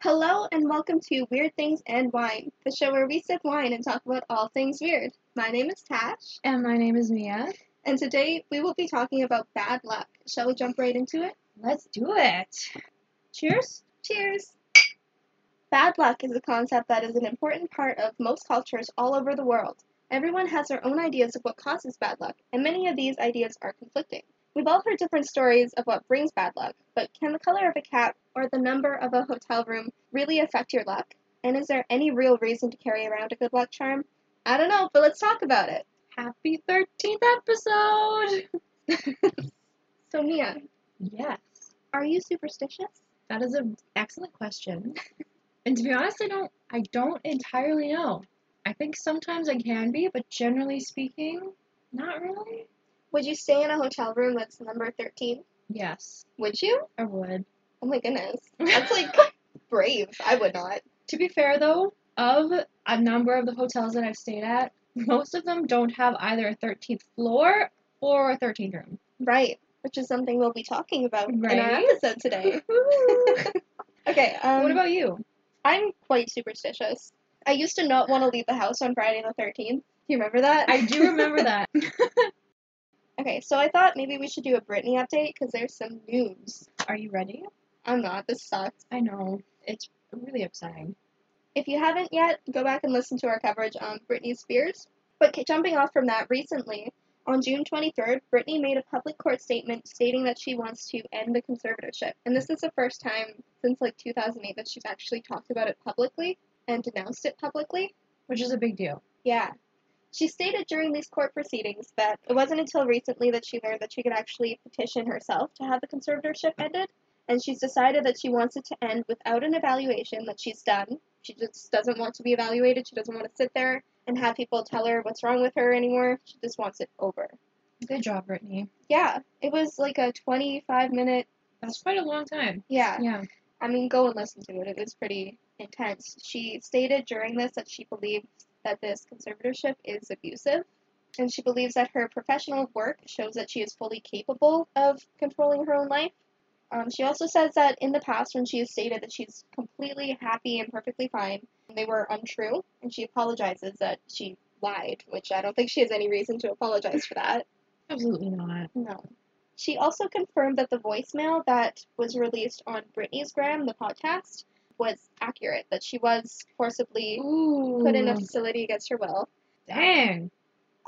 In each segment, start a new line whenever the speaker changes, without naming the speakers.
Hello and welcome to Weird Things and Wine, the show where we sip wine and talk about all things weird. My name is Tash,
And my name is Mia.
and today we will be talking about bad luck. Shall we jump right into it?
Let's do it. Cheers.
Cheers! Bad luck is a concept that is an important part of most cultures all over the world. Everyone has their own ideas of what causes bad luck, and many of these ideas are conflicting. We've all heard different stories of what brings bad luck, but can the color of a cat or the number of a hotel room really affect your luck? And is there any real reason to carry around a good luck charm? I don't know, but let's talk about it.
Happy 13th episode.
So, Mia,
Yes.
are you superstitious?
That is an excellent question. And to be honest, I don't I don't entirely know. I think sometimes I can be, but generally speaking, not really.
Would you stay in a hotel room that's number 13?
Yes,
Would you?
I would.
Oh my goodness. That's like brave. I would not.
To be fair though, of a number of the hotels that I've stayed at, most of them don't have either a 13th floor or a 13th room.
Right. Which is something we'll be talking about in our
Right?
episode today. okay. Um,
what about you?
I'm quite superstitious. I used to not want to leave the house on Friday the 13th. Do you remember that?
I do remember that.
okay, so I thought maybe we should do a Britney update because there's some news.
Are you ready?
I'm not. This sucks.
I know. It's really upsetting.
If you haven't yet, go back and listen to our coverage on Britney Spears. But ca- jumping off from that recently, on June 23rd, Britney made a public court statement stating that she wants to end the conservatorship. And this is the first time since like 2008 that she's actually talked about it publicly and denounced it publicly.
Which is a big deal.
Yeah. She stated during these court proceedings that it wasn't until recently that she learned that she could actually petition herself to have the conservatorship ended, and she's decided that she wants it to end without an evaluation that she's done. She just doesn't want to be evaluated. She doesn't want to sit there and have people tell her what's wrong with her anymore. She just wants it over.
Good job, Brittany.
Yeah, it was like a 25 minute.
That's quite a long time.
Yeah.
Yeah.
I mean, go and listen to it. It was pretty intense. She stated during this that she believes that this conservatorship is abusive, and she believes that her professional work shows that she is fully capable of controlling her own life. Um, she also says that in the past, when she has stated that she's completely happy and perfectly fine, they were untrue, and she apologizes that she lied, which I don't think she has any reason to apologize for that.
Absolutely not.
No. She also confirmed that the voicemail that was released on Britney's Gram, the podcast, was accurate, that she was forcibly
Ooh.
put in a facility against her will.
Dang.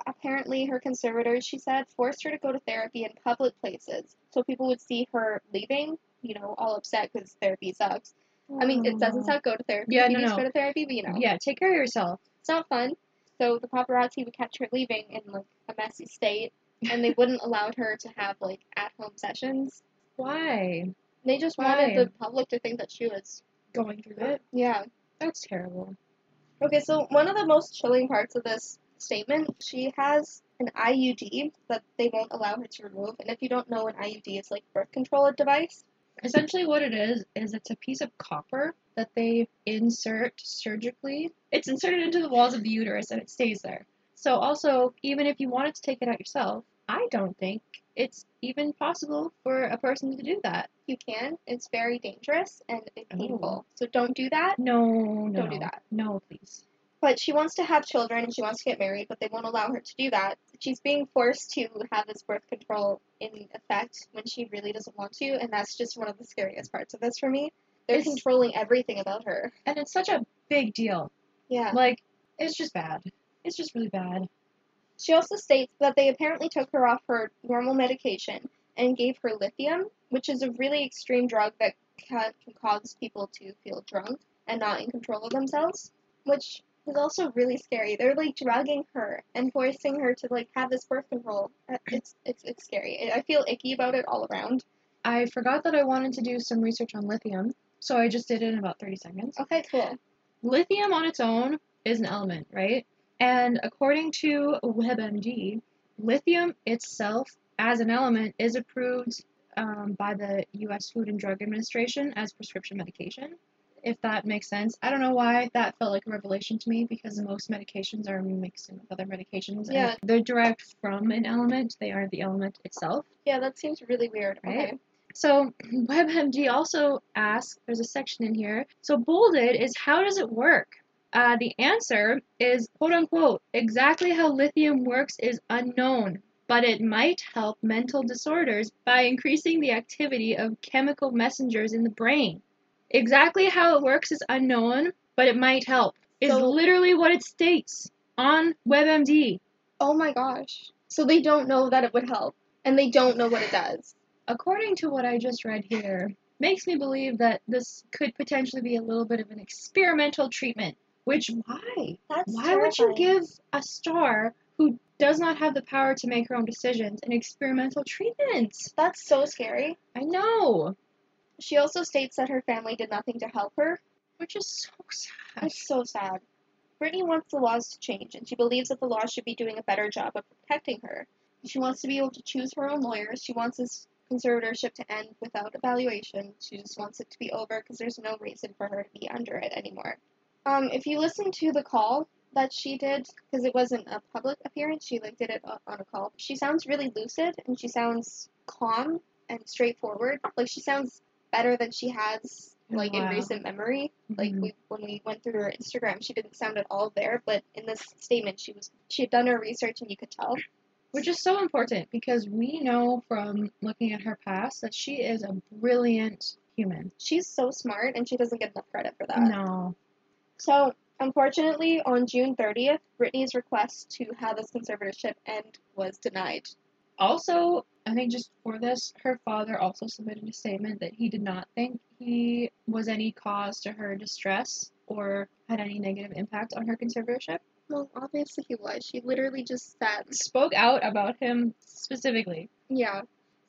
Apparently, her conservators, she said, forced her to go to therapy in public places. So people would see her leaving, you know, all upset because therapy sucks. I mean, it doesn't suck go to therapy.
Yeah,
you
no,
need to
no.
go to therapy, but you know,
Yeah, take care of yourself.
it's not fun. So the paparazzi would catch her leaving in like a messy state, and they wouldn't allow her to have like at home sessions.
Why?
They just wanted the public to think that she was.
Going through it?
Yeah.
That's terrible.
Okay, so one of the most chilling parts of this statement, she has an IUD that they won't allow her to remove. And if you don't know, an IUD is like birth control device.
Essentially, what it is, is it's a piece of copper that they insert surgically. It's inserted into the walls of the uterus and it stays there. So, also, even if you wanted to take it out yourself, I don't think it's even possible for a person to do that.
You can. It's very dangerous and it's
Oh.
painful. So don't do that.
No, no.
Don't do that.
No, please.
But she wants to have children and she wants to get married, but they won't allow her to do that. She's being forced to have this birth control in effect when she really doesn't want to. And that's just one of the scariest parts of this for me. They're
It's-
controlling everything about her.
And it's such a big deal.
Yeah.
Like, it's just bad. It's just really bad.
She also states that they apparently took her off her normal medication and gave her lithium, which is a really extreme drug that can, can cause people to feel drunk and not in control of themselves, which is also really scary. They're like dragging her and forcing her to like have this birth control. Uh, It's it's it's scary. I I feel icky about it all around.
I forgot that I wanted to do some research on lithium, so I just did it in about 30 seconds.
Okay, cool.
Lithium on its own is an element, right? And according to WebMD, lithium itself as an element is approved um, by the US Food and Drug Administration as prescription medication. If that makes sense. I don't know why that felt like a revelation to me because most medications are mixed in with other medications. and
Yeah.
They're derived from an element, they aren't the element itself.
Yeah, that seems really weird.
Right?
Okay.
So WebMD also asks, there's a section in here. So bolded is how does it work? Uh, the answer is quote unquote exactly how lithium works is unknown, but it might help mental disorders by increasing the activity of chemical messengers in the brain. Exactly how it works is unknown, but it might help. Is
So-
literally what it states on WebMD.
Oh my gosh. So they don't know that it would help, and they don't know what it does.
According to what I just read here, makes me believe that this could potentially be a little bit of an experimental treatment. Which why?
That's
Why would you give a star who does not have the power to make her own decisions an experimental treatment?
That's so scary.
I know,
She also states that her family did nothing to help her.
which is so sad.
That's so sad. Brittany wants the laws to change, and she believes that the laws should be doing a better job of protecting her. She wants to be able to choose her own lawyers. She wants this conservatorship to end without evaluation. She just wants it to be over because there's no reason for her to be under it anymore. Um, if you listen to the call that she did, because it wasn't a public appearance, she like did it o- on a call. She sounds really lucid and she sounds calm and straightforward. Like she sounds better than she has
In a
like in
while.
recent memory. Like
Mhm.
we, when we went through her Instagram, she didn't sound at all there, but in this statement, she was she had done her research and you could tell.
which is so important because we know from looking at her past that she is a brilliant human.
She's so smart and she doesn't get enough credit for that.
No,
So unfortunately, on June 30th, Brittany's request to have this conservatorship end was denied.
also i think just for this her father also submitted a statement that he did not think he was any cause to her distress or had any negative impact on her conservatorship
Well, obviously he was. She literally just said,
spoke out about him specifically
yeah.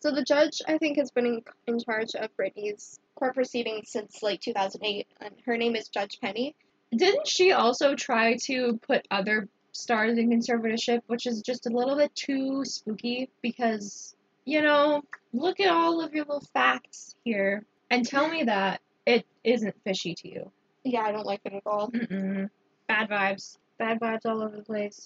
So the judge, I think, has been in, in charge of Brittany's court proceedings since like 2008, and her name is Judge Penny.
didn't she also try to put other stars in conservatorship which is just a little bit too spooky because you know look at all of your little facts here and tell me that it isn't fishy to you
Yeah, I don't like it at all.
Mm-mm. Bad vibes. Bad vibes all over the place.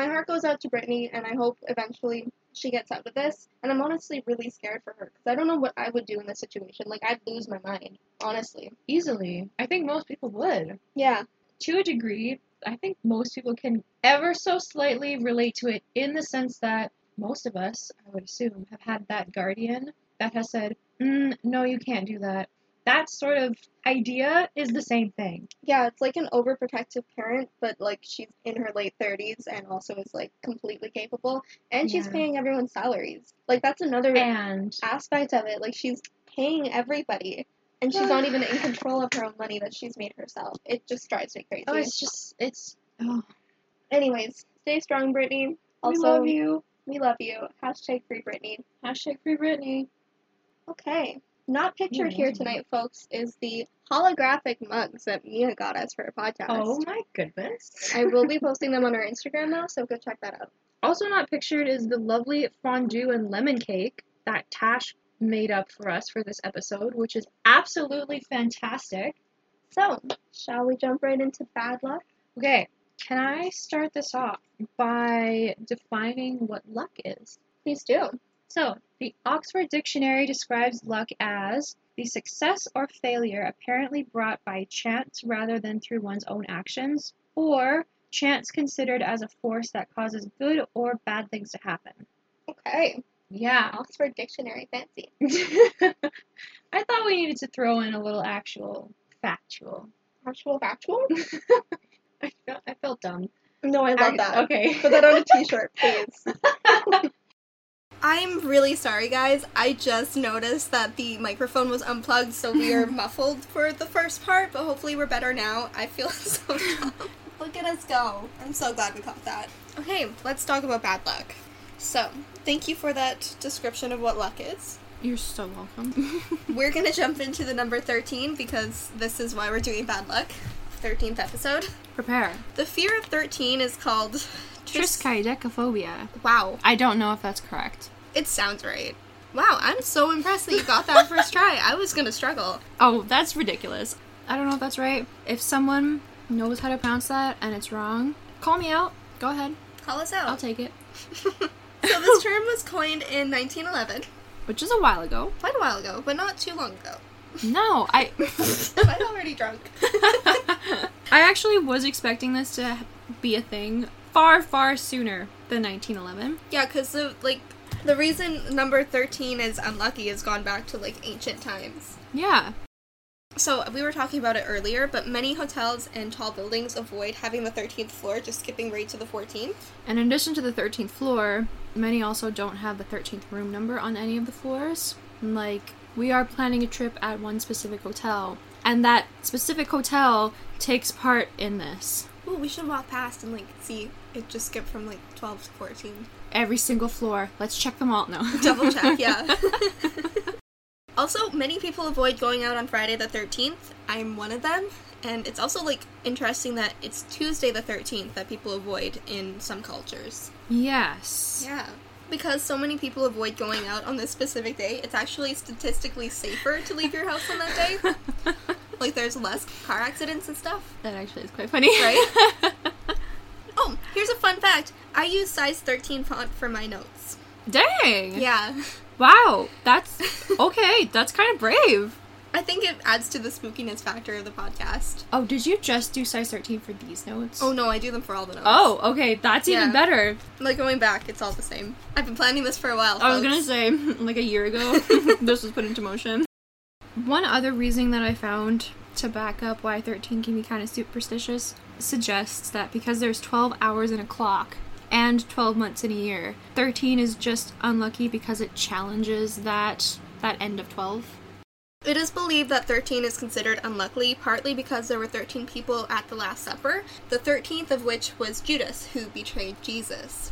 my heart goes out to Brittany, and I hope eventually she gets out of this. And I'm honestly really scared for her because I don't know what I would do in this situation. Like I'd lose my mind, honestly.
Easily. I think most people would.
Yeah,
To a degree, I think most people can ever so slightly relate to it in the sense that most of us, I would assume, have had that guardian that has said, mm, no, you can't do that. That sort of idea is the same thing.
yeah, it's like an overprotective parent, but like she's in her late 30s and also is like completely capable, and she's
Yeah.
paying everyone's salaries. Like that's another
And
aspect of it. Like she's paying everybody. And she's not even in control of her own money that she's made herself. It just drives me crazy.
oh, it's just, it's, oh,
Anyways, stay strong, Brittany. Also,
we love you.
We love you. Hashtag free Brittany.
Hashtag free Britney.
Okay. Not pictured here
wasn't.
tonight, folks, is the holographic mugs that Mia got us for her podcast.
Oh my goodness.
I will be posting them on our Instagram now, so go check that out.
Also not pictured is the lovely fondue and lemon cake that Tash made up for us for this episode, which is absolutely fantastic.
So, shall we jump right into bad luck?
Okay, can I start this off by defining what luck is?
Please do.
So, the Oxford Dictionary describes luck as the success or failure apparently brought by chance rather than through one's own actions, or chance considered as a force that causes good or bad things to happen.
Okay.
Yeah,
Oxford Dictionary fancy.
I thought we needed to throw in a little actual factual.
Actual factual?
I felt, I felt dumb.
No, I
Ac-
love that.
Okay.
Put that on a t shirt, please. I'm really sorry, guys. I just noticed that the microphone was unplugged, so we are muffled for the first part, but hopefully we're better now. I feel so dumb. Look at us go. I'm so glad we caught that. Okay, let's talk about bad luck. So, thank you for that description of what luck is.
You're so welcome.
We're gonna jump into the number 13 because this is why we're doing bad luck. 13th episode.
Prepare.
The fear of 13 is called. Tris-
Triskaidekaphobia.
Wow,
I don't know if that's correct.
it sounds right. Wow, I'm so impressed that you got that first try. I was gonna struggle.
Oh, that's ridiculous. I don't know if that's right. If someone knows how to pronounce that and it's wrong, call me out. Go ahead.
Call us out.
I'll take it.
so this term was coined in 1911
which is a while ago.
Quite a while ago, but not too long ago.
No, I.
I'm already drunk.
I actually was expecting this to be a thing far, far sooner than 1911.
yeah, because the like the reason number thirteen is unlucky is gone back to like ancient times.
Yeah.
So we were talking about it earlier, but many hotels and tall buildings avoid having the thirteenth floor, just skipping right to the fourteenth.
And in addition to the 13th floor, many also don't have the 13th room number on any of the floors. Like, we are planning a trip at one specific hotel, and that specific hotel takes part in this.
Ooh, we should walk past and like see it just skipped from like twelve to fourteen.
Every single floor. Let's check them all. No.
Double check, yeah. also, many people avoid going out on Friday the 13th. I'm one of them. And it's also like interesting that it's Tuesday the 13th that people avoid in some cultures.
yes.
Yeah. Because so many people avoid going out on this specific day, it's actually statistically safer to leave your house on that day. like there's less car accidents and stuff.
That actually is quite funny.
Right? Oh, here's a fun fact. I use size 13 font for my notes.
Dang.
Yeah.
Wow. That's okay. That's kind of brave.
I think it adds to the spookiness factor of the podcast.
Oh, did you just do size 13 for these notes?
Oh no, I do them for all the notes.
Oh, okay. That's
Yeah.
even better.
like going back, it's all the same. I've been planning this for a while.
I was
folks.
gonna say, like a year ago, this was put into motion. One other reason that I found to back up why 13 can be kind of superstitious suggests that because there's 12 hours in a clock and 12 months in a year, 13 is just unlucky because it challenges that that end of 12.
It is believed that 13 is considered unlucky, partly because there were 13 people at the Last Supper, the 13th of which was Judas, who betrayed Jesus.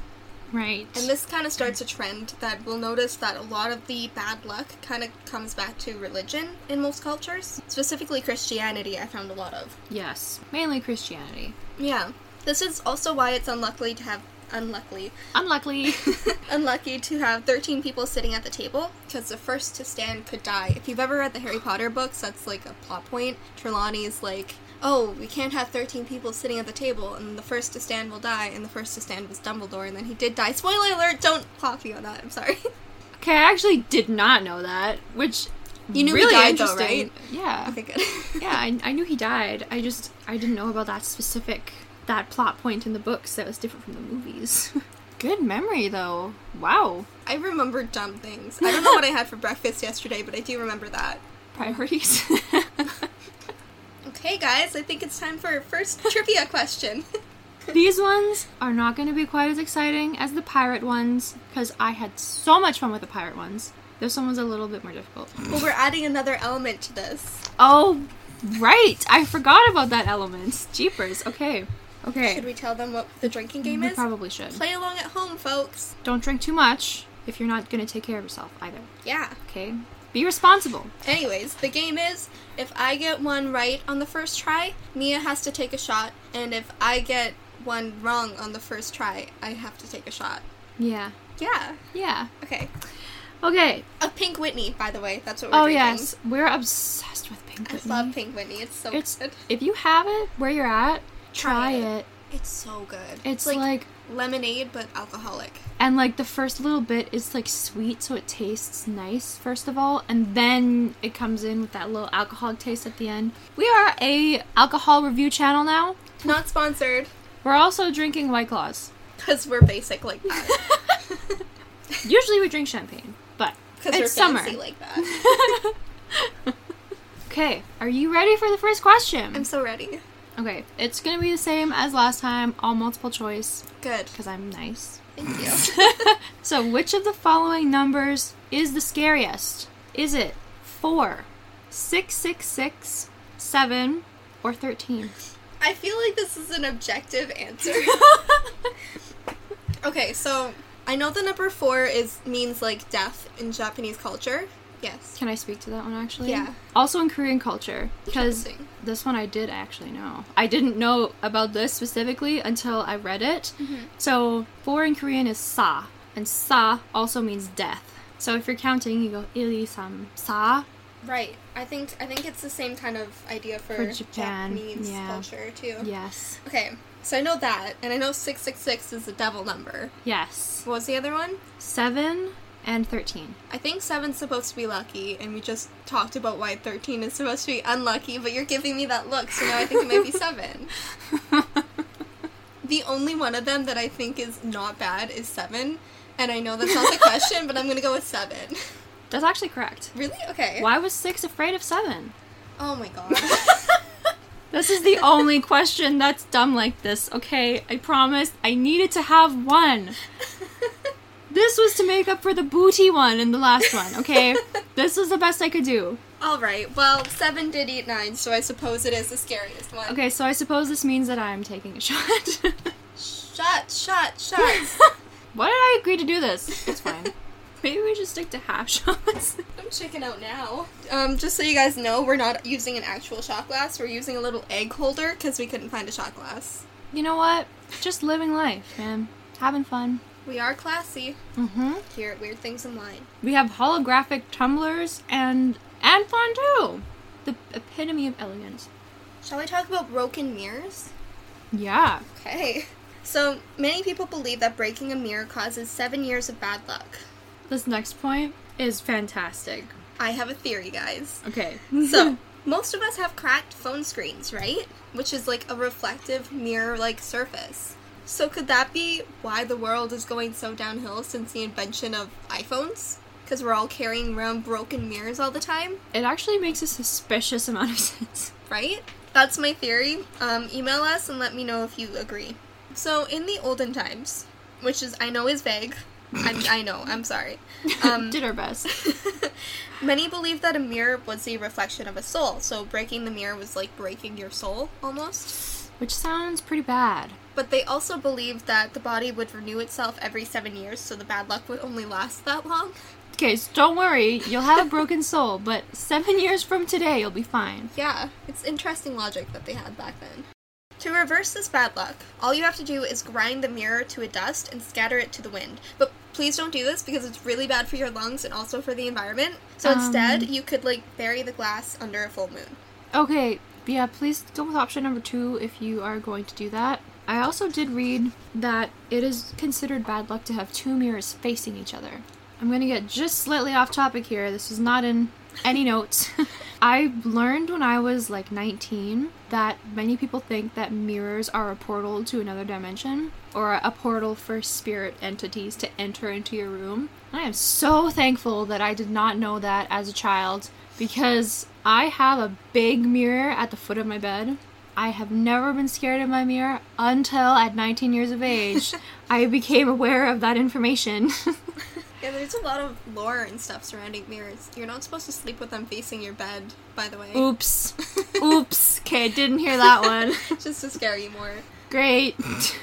Right.
And this kind of starts a trend that we'll notice that a lot of the bad luck kind of comes back to religion in most cultures, specifically Christianity, I found a lot of.
yes, mainly Christianity.
Yeah. This is also why it's unlucky to have unlucky
Unluckily.
unlucky to have 13 people sitting at the table because the first to stand could die. If you've ever read the Harry Potter books, that's like a plot point. Trelawney's like, oh, we can't have 13 people sitting at the table, and the first to stand will die, and the first to stand was Dumbledore, and then he did die. Spoiler alert, don't clock me on that, I'm sorry.
okay, I actually did not know that, which
You knew he
really
died though,
interesting.
right?
Yeah.
okay, good.
yeah, I, I knew he died. I just I didn't know about that specific that plot point in the books that was different from the movies. Good memory though. Wow.
I remember dumb things. I don't know what I had for breakfast yesterday, but I do remember that.
Priorities.
Okay, guys, I think it's time for our first trivia question.
These ones are not going to be quite as exciting as the pirate ones because I had so much fun with the pirate ones. This one was a little bit more difficult.
well, we're adding another element to this.
Oh, right. I forgot about that element. Jeepers. Okay. Okay.
Should we tell them what the drinking game
we
is?
probably should.
Play along at home, folks.
Don't drink too much if you're not going to take care of yourself either.
Yeah.
Okay? Be responsible.
Anyways, the game is if I get one right on the first try, Mia has to take a shot, and if I get one wrong on the first try, I have to take a shot.
Yeah.
Yeah.
Yeah.
Okay.
Okay.
A Pink Whitney, by the way. That's what we're
Oh
drinking.
yes, we're obsessed with Pink
I
Whitney.
love Pink Whitney. It's so
It's
good.
if you have it where you're at, try
Try it.
it.
It's so good.
It's like
lemonade but alcoholic.
and like the first little bit is like sweet, so it tastes nice first of all, and then it comes in with that little alcoholic taste at the end. We are a alcohol review channel now.
Not sponsored,
We're also drinking White Claws.
because we're basic like that.
Usually we drink champagne, but
Because we're
it's summer.
fancy like that.
okay, are you ready for the first question?
I'm so ready.
okay, it's gonna be the same as last time, all multiple choice.
Good.
because I'm nice.
Thank you.
so, which of the following numbers is the scariest? Is it 4, 666, 7, or 13?
I feel like this is an objective answer. okay, so I know the number four is means like death in Japanese culture. Yes.
Can I speak to that one actually?
Yeah.
Also in Korean culture, because
Interesting.
this one I did actually know. I didn't know about this specifically until I read it.
Mm-hmm.
So, 4 in Korean is sa, and sa also means death. So, if you're counting, you go 1, 2, 3, sa,
Right. I think I think it's the same kind of idea for,
For Japan,
Japanese
yeah.
culture too.
yes.
Okay. So I know that, and I know six six six is the devil number.
Yes.
What was the other one?
Seven and 13.
I think seven's supposed to be lucky, and we just talked about why 13 is supposed to be unlucky, but you're giving me that look, so now I think it might be seven. The only one of them that I think is not bad is seven, and I know that's not the question, but I'm gonna go with seven. That's actually correct. Really? Okay. Why was six afraid of seven? Oh my god. this This is is the only question that's dumb like this, okay? I promised I needed to have one. This was to make up for the booty one and the last one, okay? this was the best I could do.
Alright.
Well, seven did eat nine, so I suppose it is the scariest one.
Okay, so I suppose this means that I'm taking a shot.
Shut, shut, shut.
Why did I agree to do this? It's fine.
Maybe we should stick to half shots. I'm checking out now. Um, just so you guys know, we're not using an actual shot glass. We're using a little egg holder because we couldn't find a shot glass.
You know what? Just living life, man. Having fun.
We are classy
Mm-hmm.
here at Weird Things in Wine.
We have holographic tumblers and and fondue. The epitome of elegance.
Shall we talk about broken mirrors?
Yeah.
Okay. So many people believe that breaking a mirror causes seven years of bad luck.
This next point is fantastic.
I have a theory, guys.
Okay.
So most of us have cracked phone screens, right? Which is like a reflective mirror-like surface. So could that be why the world is going so downhill since the invention of iPhones? Because we're all carrying around broken mirrors all the time.
it actually makes a suspicious amount of sense.
right? That's my theory. Um, email us and let me know if you agree. So, in the olden times, which is I know is vague, I'm, I know, I'm sorry. Um,
Did our best.
many believed that a mirror was the reflection of a soul, so breaking the mirror was like breaking your soul almost.
Which sounds pretty bad.
But they also believed that the body would renew itself every seven years, so the bad luck would only last that long.
Okay, so don't worry, you'll have a broken soul, but seven years from today, you'll be fine.
Yeah, it's interesting logic that they had back then. To reverse this bad luck, all you have to do is grind the mirror to a dust and scatter it to the wind. But please don't do this because it's really bad for your lungs and also for the environment. So instead, you could like bury the glass under a full moon.
Okay, yeah, please go with option number two if you are going to do that. I also did read that it is considered bad luck to have two mirrors facing each other. I'm gonna get just slightly off topic here. This is not in any notes. I learned when I was like 19 that many people think that mirrors are a portal to another dimension or a portal for spirit entities to enter into your room. And I am so thankful that I did not know that as a child because I have a big mirror at the foot of my bed. I have never been scared of my mirror until at 19 years of age I became aware of that information.
Yeah, there's a lot of lore and stuff surrounding mirrors. You're not supposed to sleep with them facing your bed, by the way.
Oops. Oops. Okay, didn't hear that one.
Just to scare you more.
Great.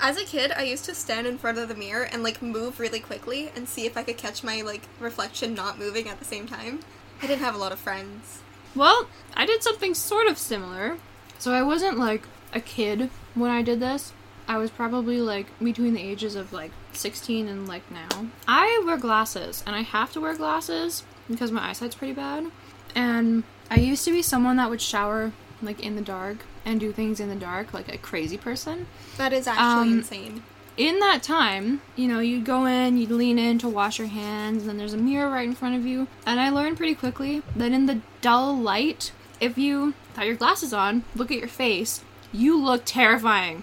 As a kid, I used to stand in front of the mirror and like move really quickly and see if I could catch my like reflection not moving at the same time. I didn't have a lot of friends.
well, I did something sort of similar. So I wasn't like a kid when I did this. I was probably like between the ages of like 16 and like now. I wear glasses and I have to wear glasses because my eyesight's pretty bad. And I used to be someone that would shower like in the dark and do things in the dark like a crazy person.
That is actually
Um,
insane.
in that time, you know, you'd go in, you'd lean in to wash your hands, and then there's a mirror right in front of you. And I learned pretty quickly that in the dull light, if you thought your glasses on, look at your face, you look terrifying.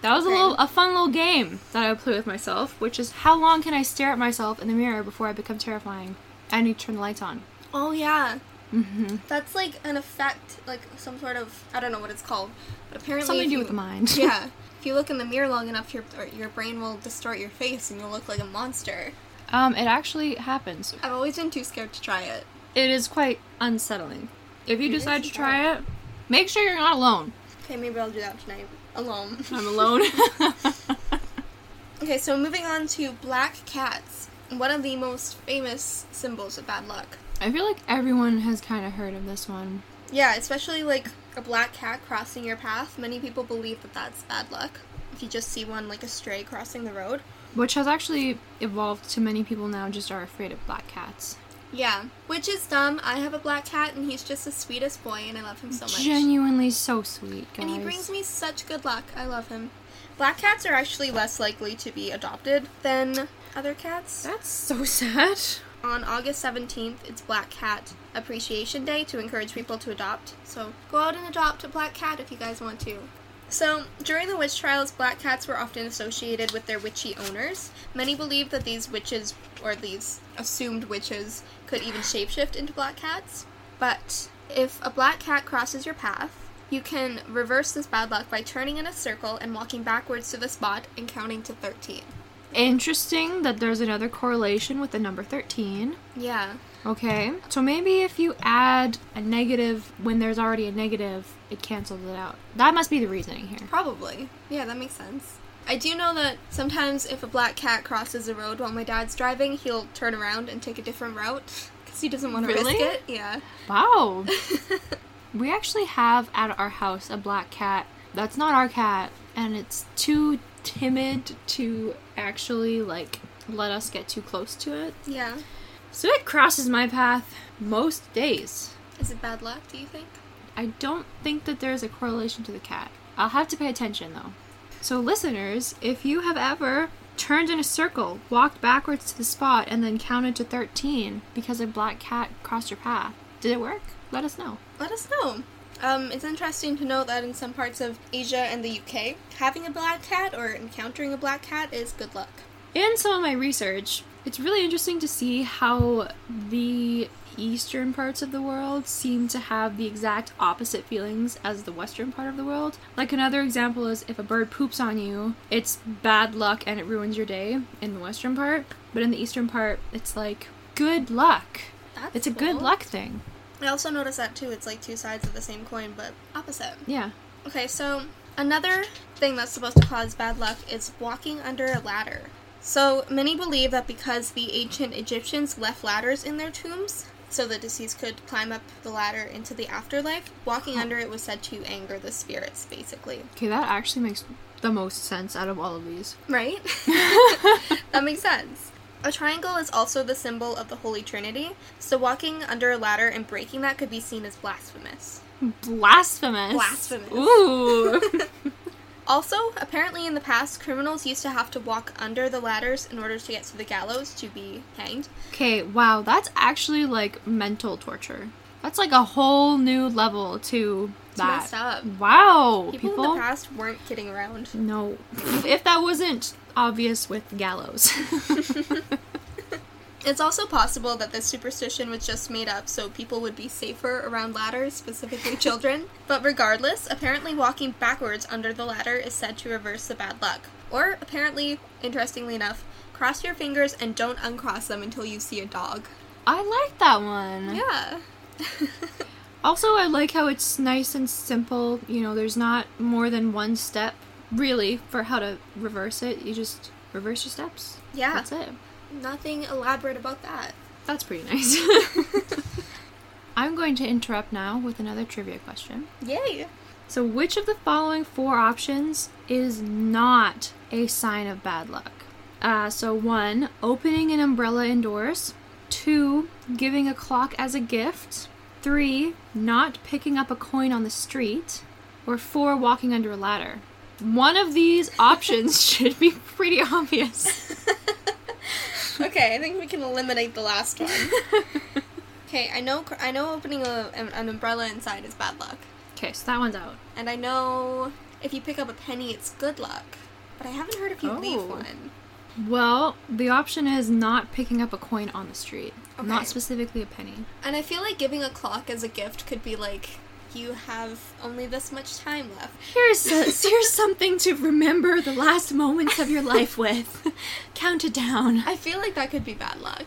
That was a
Okay.
little a fun little game that I would play with myself, which is how long can I stare at myself in the mirror before I become terrifying? I need to turn the lights on.
Oh yeah,
Mm-hmm.
that's like an effect, like some sort of I don't know what it's called, but apparently
Something
if
to do
you-
with the mind.
yeah, if you look in the mirror long enough, your or your brain will distort your face and you'll look like a monster.
um, it actually happens.
I've always been too scared to try it.
It is quite unsettling. If you
is
decide to
unsettling.
try it, make sure you're not alone.
Okay, maybe I'll do that tonight alone.
I'm alone.
Okay, so moving on to black cats, one of the most famous symbols of bad luck.
I feel like everyone has kind of heard of this one.
Yeah, especially like a black cat crossing your path. Many people believe that that's bad luck. If you just see one like a stray crossing the road.
Which has actually evolved to many people now just are afraid of black cats.
Yeah, which is dumb. I have a black cat, and he's just the sweetest boy, and I love him so much.
Genuinely so sweet, guys.
And he brings me such good luck. I love him. Black cats are actually less likely to be adopted than other cats.
That's so sad.
On August 17th, it's Black Cat Appreciation Day to encourage people to adopt. So go out and adopt a black cat if you guys want to. So, during the witch trials, black cats were often associated with their witchy owners. Many believed that these witches, or these assumed witches, could even shapeshift into black cats. But if a black cat crosses your path, you can reverse this bad luck by turning in a circle and walking backwards to the spot and counting to 13.
Interesting that there's another correlation with the number 13.
Yeah.
Okay. So maybe if you add a negative when there's already a negative, it cancels it out. That must be the reasoning here.
Probably. Yeah, that makes sense. I do know that sometimes if a black cat crosses a road while my dad's driving, he'll turn around and take a different route because he doesn't want to
Really?
risk it. Yeah.
Wow. we actually have at our house a black cat that's not our cat and it's too timid to actually like let us get too close to it.
yeah.
So it crosses my path most days.
Is it bad luck, do you think?
I don't think that there's a correlation to the cat. I'll have to pay attention though. So, listeners, if you have ever turned in a circle, walked backwards to the spot, and then counted to 13 because a black cat crossed your path, did it work? Let us know.
Let us know. Um, it's interesting to note that in some parts of Asia and the UK, having a black cat or encountering a black cat is good luck.
In some of my research, it's really interesting to see how the eastern parts of the world seem to have the exact opposite feelings as the western part of the world. Like another example is if a bird poops on you, it's bad luck and it ruins your day in the western part, but in the eastern part, it's like good luck.
That's
It's a good
cool.
luck thing.
I also noticed that too. It's like two sides of the same coin, but opposite.
Yeah.
Okay, so another thing that's supposed to cause bad luck is walking under a ladder. So many believe that because the ancient Egyptians left ladders in their tombs, so the deceased could climb up the ladder into the afterlife, walking under it was said to anger the spirits, basically.
Okay, that actually makes the most sense out of all of these.
Right? that makes sense. A triangle is also the symbol of the Holy Trinity, so walking under a ladder and breaking that could be seen as blasphemous.
Blasphemous.
Blasphemous.
Ooh.
Also, apparently in the past, criminals used to have to walk under the ladders in order to get to the gallows to be hanged.
Okay, wow, that's actually like mental torture. That's like a whole new level to that.
messed up.
Wow,
People,
people.
in the past weren't kidding around.
no, if that wasn't obvious with gallows.
It's also possible that this superstition was just made up so people would be safer around ladders, specifically children. But regardless, apparently walking backwards under the ladder is said to reverse the bad luck. Or apparently, interestingly enough, cross your fingers and don't uncross them until you see a dog.
I like that one.
Yeah.
Also, I like how it's nice and simple. You know, there's not more than one step really for how to reverse it. You just reverse your steps.
Yeah.
That's it.
Nothing elaborate about that.
That's pretty nice. I'm going to interrupt now with another trivia question.
Yay.
So, which of the following four options is not a sign of bad luck? Uh, so, one, opening an umbrella indoors. Two, giving a clock as a gift. Three, not picking up a coin on the street. Or four, walking under a ladder. One of these options should be pretty obvious.
Okay, I think we can eliminate the last one. Okay, I know I know opening a, an, an umbrella inside is bad luck,
okay, so that one's out.
and I know if you pick up a penny, it's good luck. But I haven't heard if you
Oh.
leave one.
Well, the option is not picking up a coin on the street,
Okay.
not specifically a penny.
And I feel like giving a clock as a gift could be like, you have only this much time left.
Here's a, here's something to remember the last moments of your life with. Count it down.
I feel like that could be bad luck.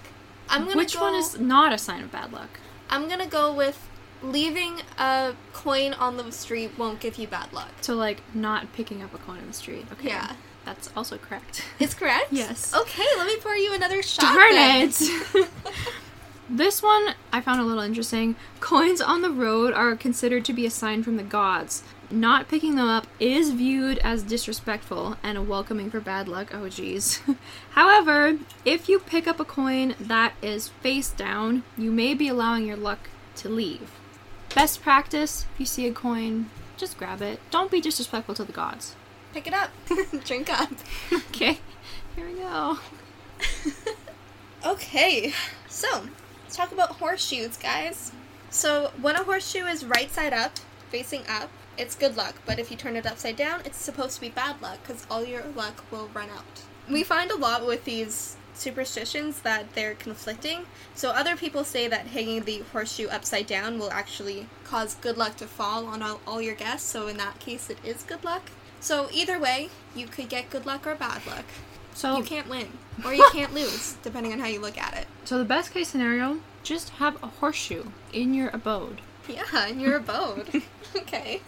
I'm gonna
Which
go,
one is not a sign of bad luck?
I'm gonna go with leaving a coin on the street won't give you bad luck.
So like not picking up a coin on the street. Okay.
Yeah.
That's also correct.
It's correct.
Yes.
Okay, let me pour you another shot.
Darn
then.
it! This one I found a little interesting. Coins on the road are considered to be a sign from the gods. Not picking them up is viewed as disrespectful and a welcoming for bad luck. Oh, geez. However, if you pick up a coin that is face down, you may be allowing your luck to leave. Best practice if you see a coin, just grab it. Don't be disrespectful to the gods.
Pick it up. Drink up.
Okay, here we go.
Okay, so let's talk about horseshoes, guys. So, when a horseshoe is right side up, facing up, it's good luck, but if you turn it upside down, it's supposed to be bad luck because all your luck will run out. We find a lot with these superstitions that they're conflicting. So, other people say that hanging the horseshoe upside down will actually cause good luck to fall on all, all your guests, so, in that case, it is good luck. So, either way, you could get good luck or bad luck.
So
You can't win, or you can't lose, depending on how you look at it.
So the best case scenario, just have a horseshoe in your abode.
Yeah, in your abode. okay.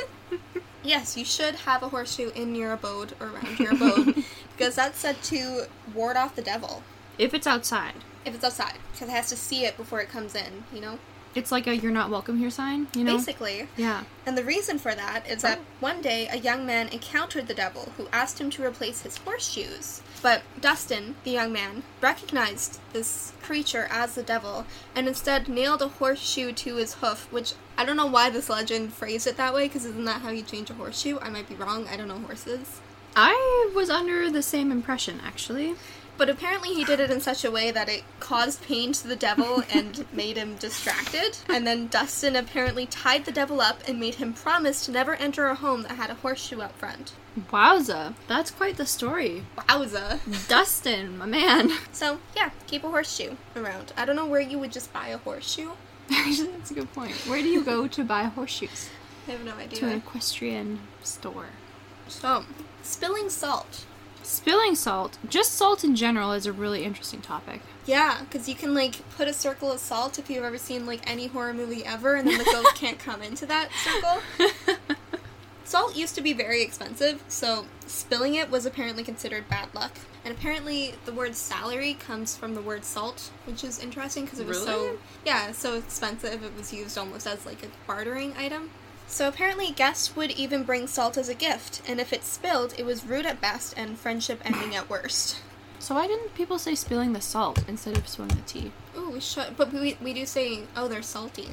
Yes, you should have a horseshoe in your abode or around your abode because that's said to ward off the devil
If it's outside,
if it's outside because it has to see it before it comes in, you know?
it's like a "you're not welcome here" sign. You know.
Basically.
Yeah.
And the reason for that is that one day a young man encountered the devil who asked him to replace his horseshoes. But Dustin, the young man, recognized this creature as the devil and instead nailed a horseshoe to his hoof, which I don't know why this legend phrased it that way because isn't that how you change a horseshoe? I might be wrong, I don't know horses.
I was under the same impression actually.
But apparently he did it in such a way that it caused pain to the devil and made him distracted. And then Dustin apparently tied the devil up and made him promise to never enter a home that had a horseshoe out front.
Wowza, that's quite the story.
Wowza.
Dustin, my man.
So, yeah, keep a horseshoe around. I don't know where you would just buy a horseshoe.
Actually, that's a good point. Where do you go to buy horseshoes?
I have no
To an
idea.
equestrian store.
So, spilling salt.
Spilling salt, just salt in general, is a really interesting topic.
Yeah, because you can, like, put a circle of salt if you've ever seen, like, any horror movie ever, and then the ghost can't come into that circle. Salt used to be very expensive, so spilling it was apparently considered bad luck. And apparently, the word salary comes from the word salt, which is interesting because it was so
Really?
yeah so expensive. It was used almost as like a bartering item. So apparently, guests would even bring salt as a gift, and if it spilled, it was rude at best and friendship ending at worst.
So why didn't people say spilling the salt instead of spilling the tea?
Ooh, we should, but we we do say oh they're salty.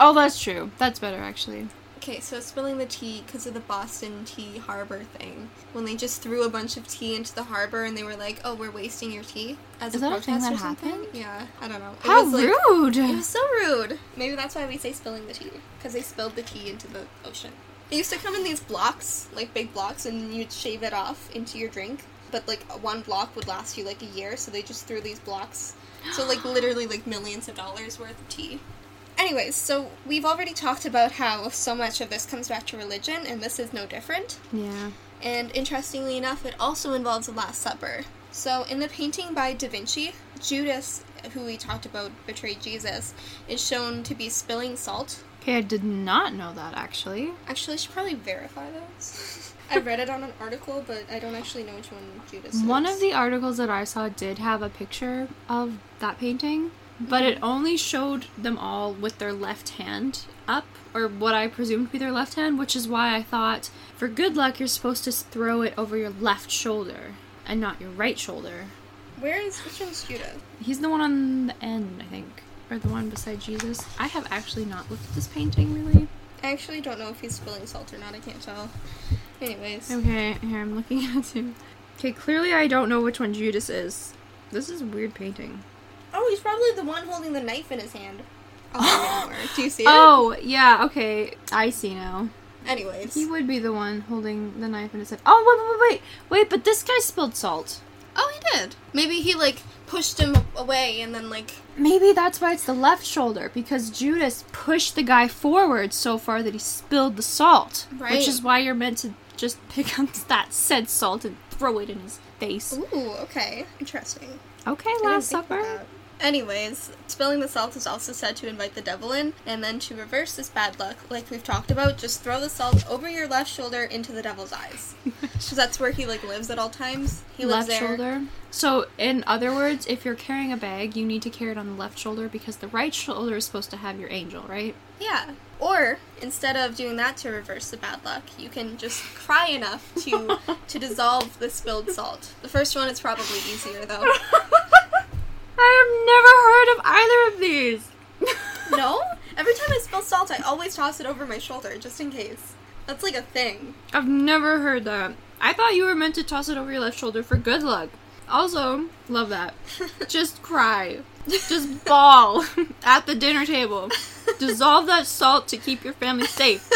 Oh, that's true. That's better actually.
Okay, so spilling the tea because of the Boston Tea Harbor thing. When they just threw a bunch of tea into the harbor and they were like, "Oh, we're wasting your tea." As
Is
a
that a
protest
thing that
or something.
happened?
Yeah, I don't know. It
How
was, like-
rude!
it was so rude. Maybe that's why we say spilling the tea because they spilled the tea into the ocean. It used to come in these blocks, like big blocks, and you'd shave it off into your drink. But like one block would last you like a year, so they just threw these blocks. So like literally like millions of dollars worth of tea. Anyways, so we've already talked about how so much of this comes back to religion, and this is no different.
Yeah.
And interestingly enough, it also involves the Last Supper. So, in the painting by Da Vinci, Judas, who we talked about betrayed Jesus, is shown to be spilling salt.
Okay, I did not know that actually.
Actually, I should probably verify those. I read it on an article, but I don't actually know which one Judas is.
One of the articles that I saw did have a picture of that painting, but it only showed them all with their left hand up, or what I presumed to be their left hand, which is why I thought for good luck you're supposed to throw it over your left shoulder and not your right shoulder.
Where is which one's Judas?
He's the one on the end, I think, or the one beside Jesus. I have actually not looked at this painting really.
I actually don't know if he's spilling salt or not. I can't tell. Anyways,
Okay, here I'm looking at it too. Okay, clearly I don't know which one Judas is. This is a weird painting.
oh, he's probably the one holding the knife in his hand. I'll read it more. Do you see it?
Oh, yeah, okay. I see now.
Anyways,
He would be the one holding the knife in his head. Oh, wait, wait, wait, wait. Wait, but this guy spilled salt.
oh, he did. Maybe he like pushed him away and then like
Maybe that's why it's the left shoulder, because Judas pushed the guy forward so far that he spilled the salt.
Right.
Which is why you're meant to just pick up that said salt and throw it in his face.
Ooh, okay. Interesting.
Okay,
I didn't
Last
think of
Supper.
that. Anyways, spilling the salt is also said to invite the devil in, and then to reverse this bad luck, like we've talked about, just throw the salt over your left shoulder into the devil's eyes. so that's where he like lives at all times. He lives
left
there.
shoulder. So, in other words, if you're carrying a bag, you need to carry it on the left shoulder because the right shoulder is supposed to have your angel, right?
Yeah. Or instead of doing that to reverse the bad luck, you can just cry enough to to dissolve the spilled salt. The first one is probably easier though.
I have never heard of either of these.
No? Every time I spill salt, I always toss it over my shoulder just in case. That's like a thing.
I've never heard that. I thought you were meant to toss it over your left shoulder for good luck. Also, love that. Just cry. Just bawl at the dinner table. Dissolve that salt to keep your family safe.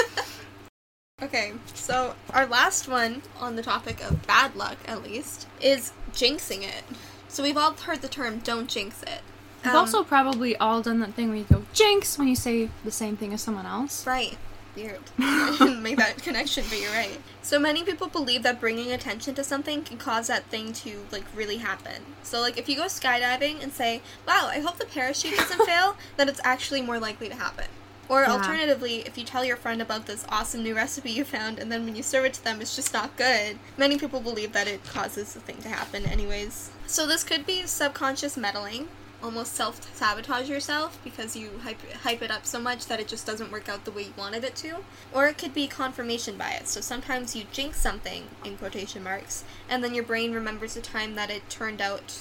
Okay, so our last one on the topic of bad luck, at least, is jinxing it. So we've all heard the term "don't jinx it."
We've
Um,
also probably all done that thing where you go jinx when you say the same thing as someone else.
Right. Weird. I didn't make that connection, but you're right. So many people believe that bringing attention to something can cause that thing to like really happen. So like if you go skydiving and say, "Wow, I hope the parachute doesn't fail," then it's actually more likely to happen. Or
Yeah.
alternatively, if you tell your friend about this awesome new recipe you found and then when you serve it to them it's just not good, many people believe that it causes the thing to happen anyways. So this could be subconscious meddling, almost self sabotage yourself because you hype, hype it up so much that it just doesn't work out the way you wanted it to. Or it could be confirmation bias. So sometimes you jinx something, in quotation marks, and then your brain remembers the time that it turned out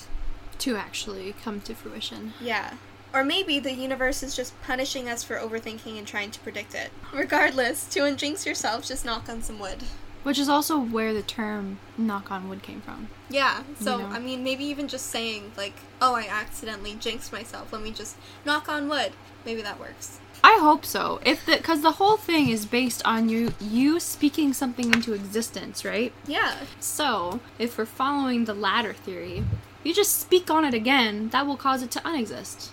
To actually come to fruition.
yeah. Or maybe the universe is just punishing us for overthinking and trying to predict it. Regardless, to unjinx yourself, just knock on some wood.
Which is also where the term knock on wood came from.
Yeah, so
know.
I mean, maybe even just saying, like, oh, I accidentally jinxed myself, let me just knock on wood. Maybe that works.
I hope so. If the cuz the whole thing is based on you you speaking something into existence, right?
Yeah.
So, if we're following the latter theory, you just speak on it again, that will cause it to unexist.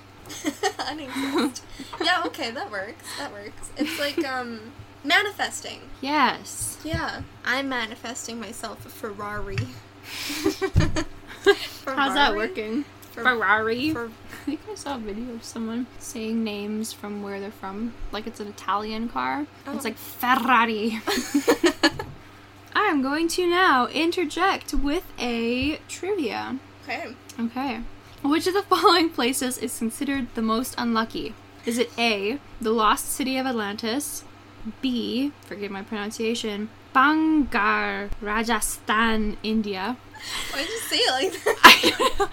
Unexist. yeah, okay, that works. That works. It's like, um, manifesting.
Yes.
Yeah. I'm manifesting myself a Ferrari.
How's that
Ferrari?
working?
Fer-
Ferrari.
Fer-
I think I saw a video of someone saying names from where they're from. Like it's an Italian car. It's
Oh.
like Ferrari. I am going to now interject with a trivia.
okay.
Okay. Which of the following places is considered the most unlucky? Is it A, the lost city of Atlantis? B, forgive my pronunciation, Bangar, Rajasthan, India?
Why'd you say it like that?
I,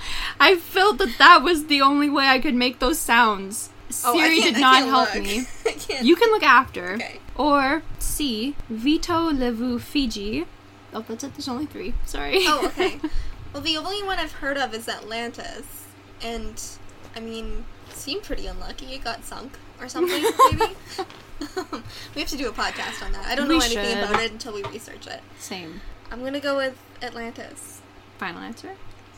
I felt that that was the only way I could make those sounds.
Oh, I
Siri
can't-
did
I
not
can't
help
look.
me.
I can't.
You can look after.
Okay.
Or C, Vito Levu, Fiji. Oh, that's it. There's only three. Sorry.
Oh, okay. well, the only one I've heard of is Atlantis, and I mean, it seemed pretty unlucky. It got sunk or something, maybe. we have to do a podcast on that. I don't
We
know anything
should.
about it until we research it.
Same.
I'm gonna go with Atlantis.
Final answer?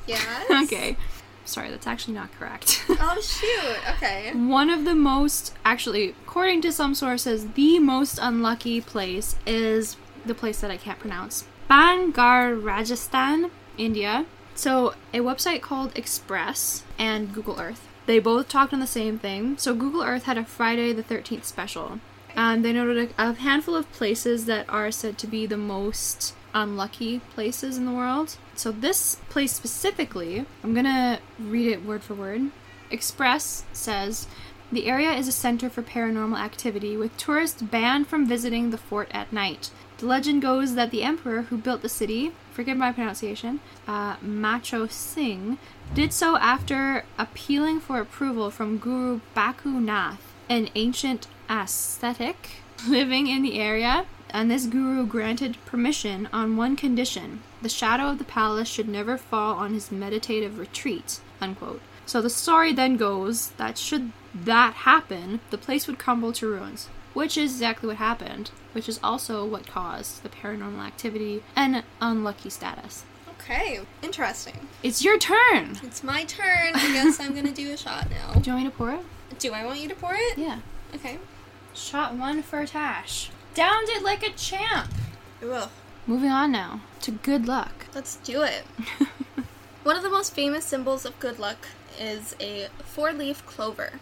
Yes.
okay. Sorry, that's actually not correct.
Oh shoot. Okay.
One of the most, actually, according to some sources, the most unlucky place is the place that I can't pronounce Bangar, Rajasthan, India. So, a website called Express and Google Earth. They both talked on the same thing. So, Google Earth had a Friday the 13th special. Um, they noted a, a handful of places that are said to be the most unlucky places in the world. So, this place specifically, I'm gonna read it word for word. Express says the area is a center for paranormal activity, with tourists banned from visiting the fort at night. The legend goes that the emperor who built the city, forgive my pronunciation, uh, Macho Singh, did so after appealing for approval from Guru Baku Nath, an ancient ascetic living in the area, and this guru granted permission on one condition the shadow of the palace should never fall on his meditative retreat. Unquote. So the story then goes that should that happen, the place would crumble to ruins, which is exactly what happened, which is also what caused the paranormal activity and unlucky status.
Okay. Interesting.
It's your turn!
It's my turn. I guess I'm gonna do a shot now.
Do you want me to pour it?
Do I want you to pour it?
Yeah.
Okay.
Shot one for Tash. Downed it like a champ!
Ugh.
Moving on now to good luck.
Let's do it. One of the most famous symbols of good luck is a four leaf clover.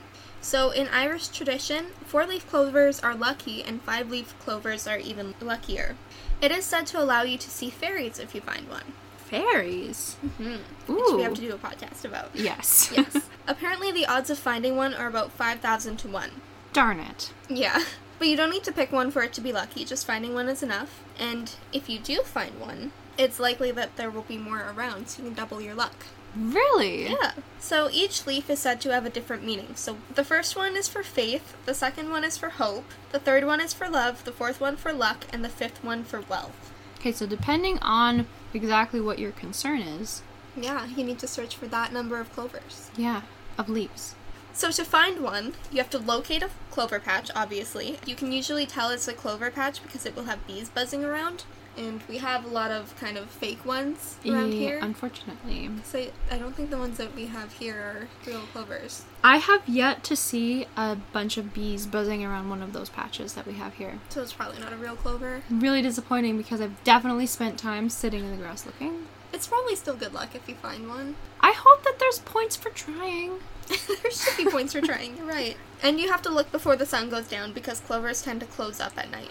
So, in Irish tradition, four leaf clovers are lucky and five leaf clovers are even luckier. It is said to allow you to see fairies if you find one,
Fairies. Mm-hmm.
which we have
Ooh.
to do a podcast about.
Yes.
yes. Apparently, the odds of finding one are about 5,000 to 1.
Darn it.
Yeah. But you don't need to pick one for it to be lucky, just finding one is enough. And if you do find one, it's likely that there will be more around, so you can double your luck.
Really?
Yeah. So each leaf is said to have a different meaning. So the first one is for faith, the second one is for hope, the third one is for love, the fourth one for luck, and the fifth one for wealth.
Okay, so depending on exactly what your concern is,
Yeah, you need to search for that number of clovers.
yeah, of leaves.
So to find one, you have to locate a clover patch, obviously. You can usually tell it's a clover patch because it will have bees buzzing around. And we have a lot of kind of fake ones around
Eh,
here.
Unfortunately.
so I don't think the ones that we have here are real clovers.
I have yet to see a bunch of bees buzzing around one of those patches that we have here.
So it's probably not a real clover.
Really disappointing because I've definitely spent time sitting in the grass looking.
It's probably still good luck if you find one.
I hope that there's points for trying.
there should be points for trying, you're right. And you have to look before the sun goes down because clovers tend to close up at night.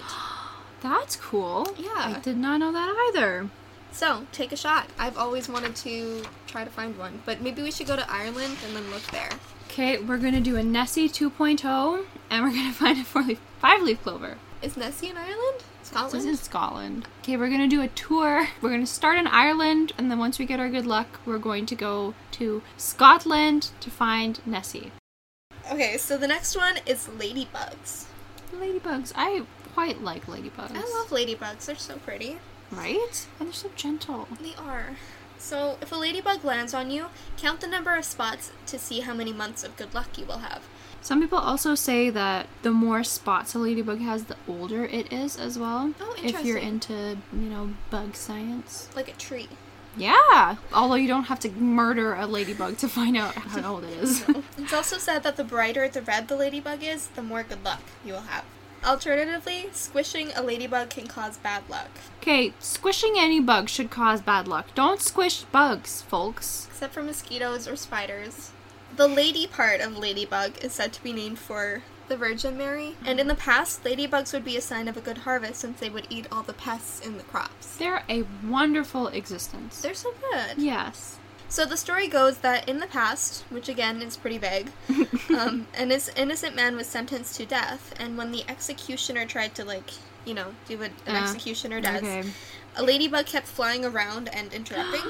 That's cool.
Yeah.
I did not know that either.
So, take a shot. I've always wanted to try to find one, but maybe we should go to Ireland and then look there.
Okay, we're gonna do a Nessie 2.0 and we're gonna find a four leaf, five leaf clover.
Is Nessie in Ireland? Scotland?
This is in Scotland. Okay, we're gonna do a tour. We're gonna start in Ireland, and then once we get our good luck, we're going to go to Scotland to find Nessie.
Okay, so the next one is ladybugs.
Ladybugs. I quite like ladybugs.
I love ladybugs, they're so pretty.
Right? And they're so gentle.
They are. So, if a ladybug lands on you, count the number of spots to see how many months of good luck you will have.
Some people also say that the more spots a ladybug has, the older it is as well.
Oh,
If you're
interesting.
into, you know, bug science.
Like a tree.
Yeah. Although you don't have to murder a ladybug to find out how old it is.
It's also said that the brighter the red the ladybug is, the more good luck you will have. Alternatively, squishing a ladybug can cause bad luck,
Okay, squishing any bug should cause bad luck. Don't squish bugs, folks.
except for mosquitoes or spiders. The lady part of ladybug is said to be named for the Virgin Mary, and in the past, ladybugs would be a sign of a good harvest since they would eat all the pests in the crops.
They're a wonderful existence.
They're so good.
yes.
So the story goes that in the past, which again is pretty vague, um, an is- innocent man was sentenced to death, and when the executioner tried to like, you know, do what an
Ah,
executioner does,
Okay.
a ladybug kept flying around and interrupting.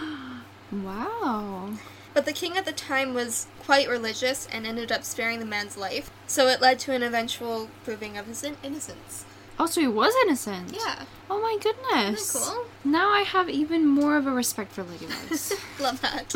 Wow.
but the king at the time was quite religious and ended up sparing the man's life, so it led to an eventual proving of his in- innocence.
Also, he was innocent.
Yeah,
Oh my goodness.
isn't that cool?
Now I have even more of a respect for ladybugs.
Love that.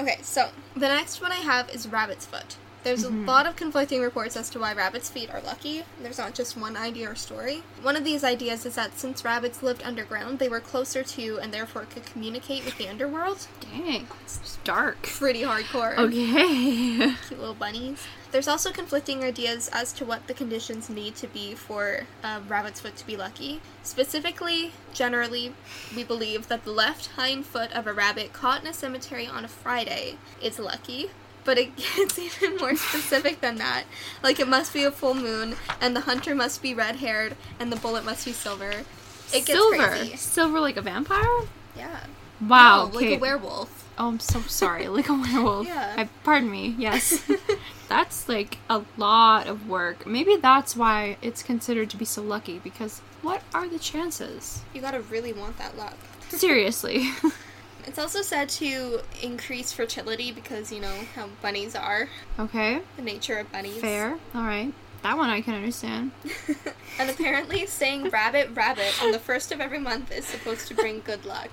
okay, so the next one I have is rabbit's foot. There's a lot of conflicting reports as to why rabbits' feet are lucky. There's not just one idea or story. One of these ideas is that since rabbits lived underground, they were closer to and therefore could communicate with the underworld.
Dang. It's dark.
Pretty hardcore.
Oh, Okay.
Cute little bunnies. There's also conflicting ideas as to what the conditions need to be for uh, rabbit's foot to be lucky. Specifically, generally, we believe that the left hind foot of a rabbit caught in a cemetery on a Friday is lucky. But it gets even more specific than that. Like, it must be a full moon, and the hunter must be red haired, and the bullet must be silver. It gets
Silver.
crazy.
Silver like a vampire?
Yeah.
Wow.
No,
okay.
like a werewolf.
Oh, I'm so sorry. Like a werewolf.
Yeah.
I, pardon me. Yes. that's like a lot of work. Maybe that's why it's considered to be so lucky because what are the chances?
You gotta really want that luck.
Seriously.
It's also said to increase fertility because you know how bunnies are,
okay.
the nature of bunnies.
Fair. All right. That one I can understand.
And apparently, saying rabbit, rabbit on the first of every month is supposed to bring good luck.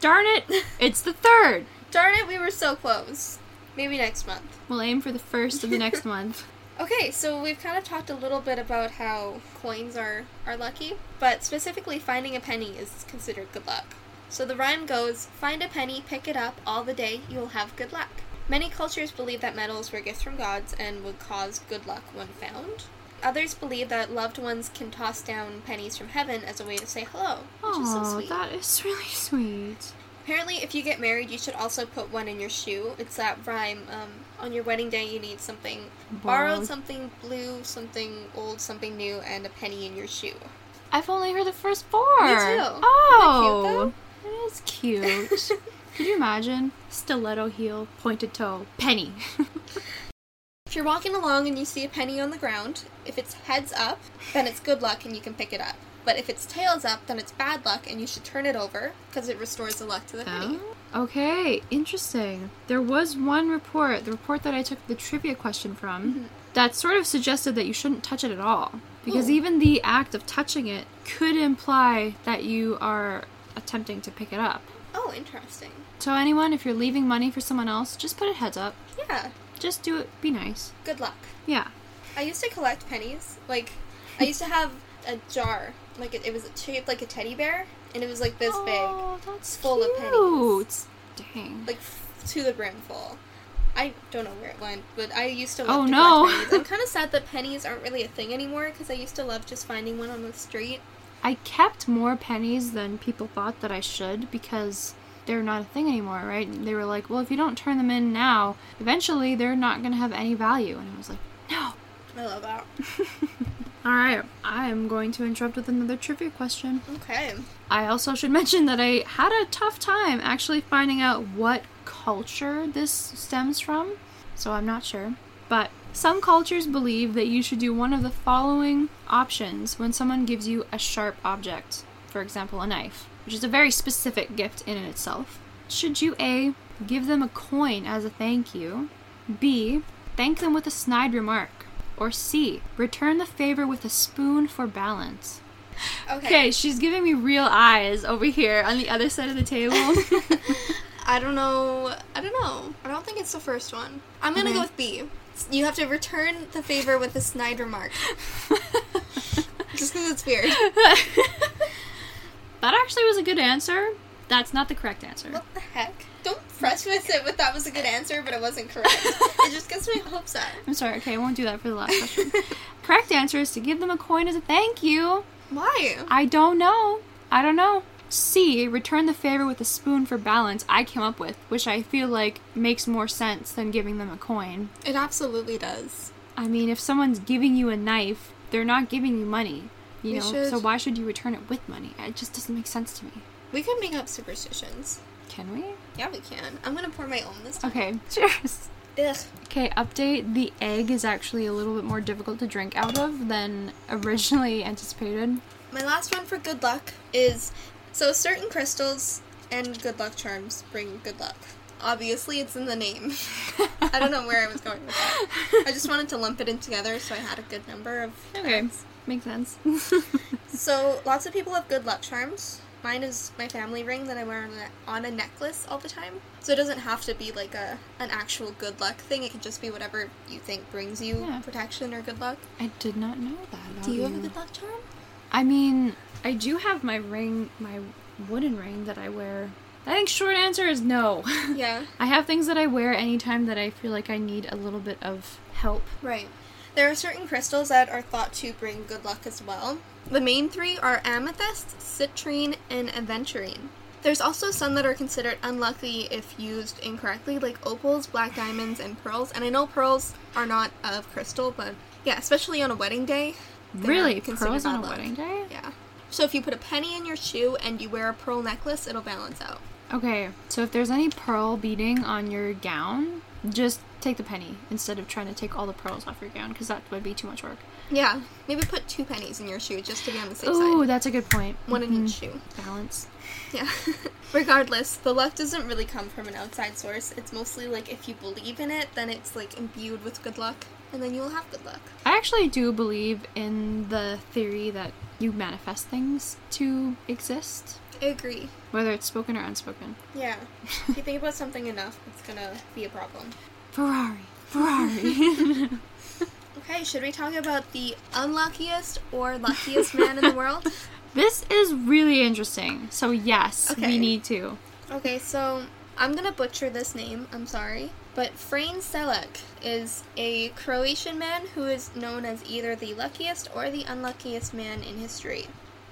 Darn it. It's the third.
Darn it, we were so close. Maybe next month.
We'll aim for the first of the next month.
Okay, so we've kind of talked a little bit about how coins are, are lucky, but specifically finding a penny is considered good luck. So the rhyme goes Find a penny, pick it up, all the day you'll have good luck. Many cultures believe that medals were gifts from gods and would cause good luck when found. Others believe that loved ones can toss down pennies from heaven as a way to say hello, which is so
Oh,
sweet.
that is really sweet.
Apparently, if you get married, you should also put one in your shoe. It's that rhyme. Um, on your wedding day, you need something borrowed, something blue, something old, something new, and a penny in your shoe.
I've only heard the first four.
Me too.
Oh,
Isn't
that is cute. Could you imagine stiletto heel, pointed toe, penny?
If you're walking along and you see a penny on the ground, if it's heads up, then it's good luck and you can pick it up. But if it's tails up, then it's bad luck and you should turn it over because it restores the luck to the penny.
Okay, interesting. There was one report, the report that I took the trivia question from,
Mm-hmm.
that sort of suggested that you shouldn't touch it at all. Because
Oh.
even the act of touching it could imply that you are attempting to pick it up.
Oh, interesting.
So, anyone, if you're leaving money for someone else, just put it heads up.
Yeah,
Just do it. Be nice.
good luck.
Yeah.
I used to collect pennies. Like, I used to have a jar. Like, it, it was shaped like a teddy bear, and it was like this big,
oh, that's
full of
cute.
pennies.
Dang.
like f- to the brim full. I don't know where it went, but I used to. Love
Oh,
to
no.
collect pennies. I'm kind of sad that pennies aren't really a thing anymore because I used to love just finding one on the street.
I kept more pennies than people thought that I should because they're not a thing anymore, right? And They were like, well, if you don't turn them in now, eventually they're not going to have any value. And I was like, no.
I love that.
All right, I'm going to interrupt with another trivia question.
Okay.
I also should mention that I had a tough time actually finding out what culture this stems from, so I'm not sure. But some cultures believe that you should do one of the following options when someone gives you a sharp object, for example, a knife, which is a very specific gift in and itself. Should you A, give them a coin as a thank you, B, thank them with a snide remark, or C, return the favor with a spoon for balance?
Okay.
Okay, she's giving me real eyes over here on the other side of the table.
I don't know. I don't know. I don't think it's the first one. I'm gonna go with B. You have to return the favor with a snide remark. Just because it's weird.
that actually was a good answer. That's not the correct answer.
What the heck? Don't preface it with that was a good answer, but it wasn't correct. it just gets my hopes up.
I'm sorry, okay, I won't do that for the last question. correct answer is to give them a coin as a thank you.
Why?
I don't know. I don't know. C, return the favor with a spoon for balance, I came up with, which I feel like makes more sense than giving them a coin.
It absolutely does.
I mean, if someone's giving you a knife, they're not giving you money. You
We
know,
should-
so why should you return it with money? It just doesn't make sense to me.
We can make up superstitions.
Can we?
Yeah, we can. I'm gonna pour my own this time.
Okay, cheers.
Ugh.
Okay, update the egg is actually a little bit more difficult to drink out of than originally anticipated.
My last one for good luck is so certain crystals and good luck charms bring good luck. Obviously, it's in the name. I don't know where I was going with that. I just wanted to lump it in together so I had a good number of.
Okay, makes sense.
So, lots of people have good luck charms. Mine is my family ring that I wear on a, on a necklace all the time. So it doesn't have to be like a an actual good luck thing. It can just be whatever you think brings you
Yeah.
protection or good luck.
I did not know that. About
Do you have a good luck charm?
I mean, I do have my ring, my wooden ring that I wear. I think short answer is no.
Yeah.
I have things that I wear anytime that I feel like I need a little bit of help.
Right. There are certain crystals that are thought to bring good luck as well. The main three are amethyst, citrine, and aventurine. There's also some that are considered unlucky if used incorrectly, like opals, black diamonds, and pearls. And I know pearls are not of crystal, but yeah, especially on a wedding day. they're
really,
considered
pearls
bad
on a
luck.
wedding day?
Yeah. So if you put a penny in your shoe and you wear a pearl necklace, it'll balance out.
Okay, so if there's any pearl beading on your gown, just take the penny instead of trying to take all the pearls off your gown because that would be too much work.
Yeah. Maybe put two pennies in your shoe just to be on the safe
Ooh,
side.
that's a good point.
One in
Mhm.
each shoe.
Balance.
Yeah. Regardless, the luck doesn't really come from an outside source. It's mostly like if you believe in it, then it's like imbued with good luck, and then you'll have good luck.
I actually do believe in the theory that you manifest things to exist,
I agree.
whether it's spoken or unspoken.
Yeah. if you think about something enough, it's gonna be a problem.
Ferrari. Ferrari.
Okay, should we talk about the unluckiest or luckiest man in the world?
this is really interesting. So, yes, we
Okay.
need to.
Okay, so I'm gonna butcher this name, I'm sorry. But Frane Selek is a Croatian man who is known as either the luckiest or the unluckiest man in history.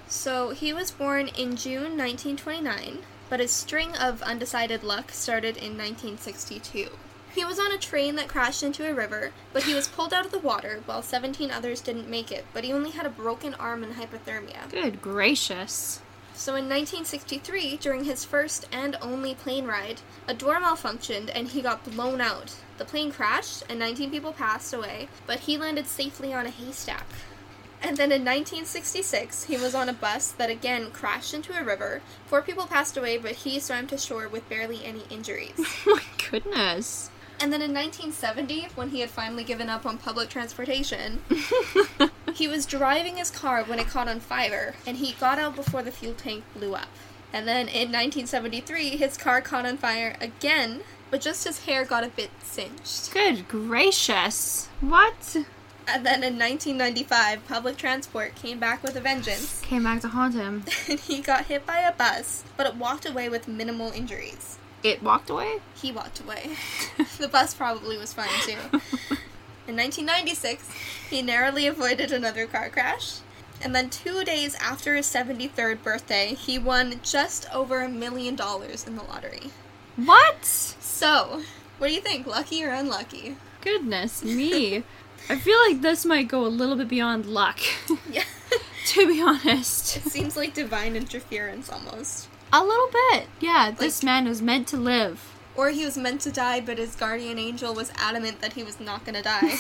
So he was born in June 1929. but his string of undecided luck started in 1962. He was on a train that crashed into a river, but he was pulled out of the water while 17 others didn't make it, but he only had a broken arm and hypothermia.
Good gracious.
So in 1963, during his first and only plane ride, a door malfunctioned and he got blown out. The plane crashed and 19 people passed away, but he landed safely on a haystack. And then in 1966, he was on a bus that again crashed into a river. Four people passed away, but he swam to shore with barely any injuries.
My goodness.
And then in 1970, when he had finally given up on public transportation, he was driving his car when it caught on fire, and he got out before the fuel tank blew up. And then in 1973, his car caught on fire again, but just his hair got a bit singed.
Good gracious. What?
And then in 1995, public transport came back with a vengeance,
Came back to haunt him.
and he got hit by a bus, but it walked away with minimal injuries.
It walked away?
He walked away. the bus probably was fine too. In 1996, he narrowly avoided another car crash. And then two days after his 73rd birthday, he won just over a million dollars in the lottery.
What?
So, what do you think? Lucky or unlucky?
Goodness me. I feel like this might go a little bit beyond luck,
Yeah.
to be honest.
it seems like divine interference almost.
A little bit. Yeah, this man was meant to live.
Or he was meant to die, but his guardian angel was adamant that he was not gonna die.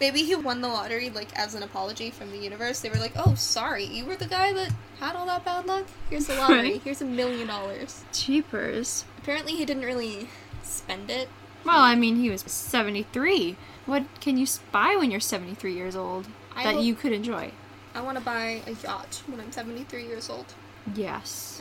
Maybe he won the lottery like as an apology from the universe. They were like, "Oh, sorry, you were the guy that had all that bad luck. Here's the lottery.
Right.
Here's a million dollars."
Jeepers.
Apparently, he didn't really spend it.
Well, I mean, he was 73. What can you s- buy when you're 73 years old
I
that
hope-
you could enjoy?
I want to buy a yacht when I'm 73 years old
Yes.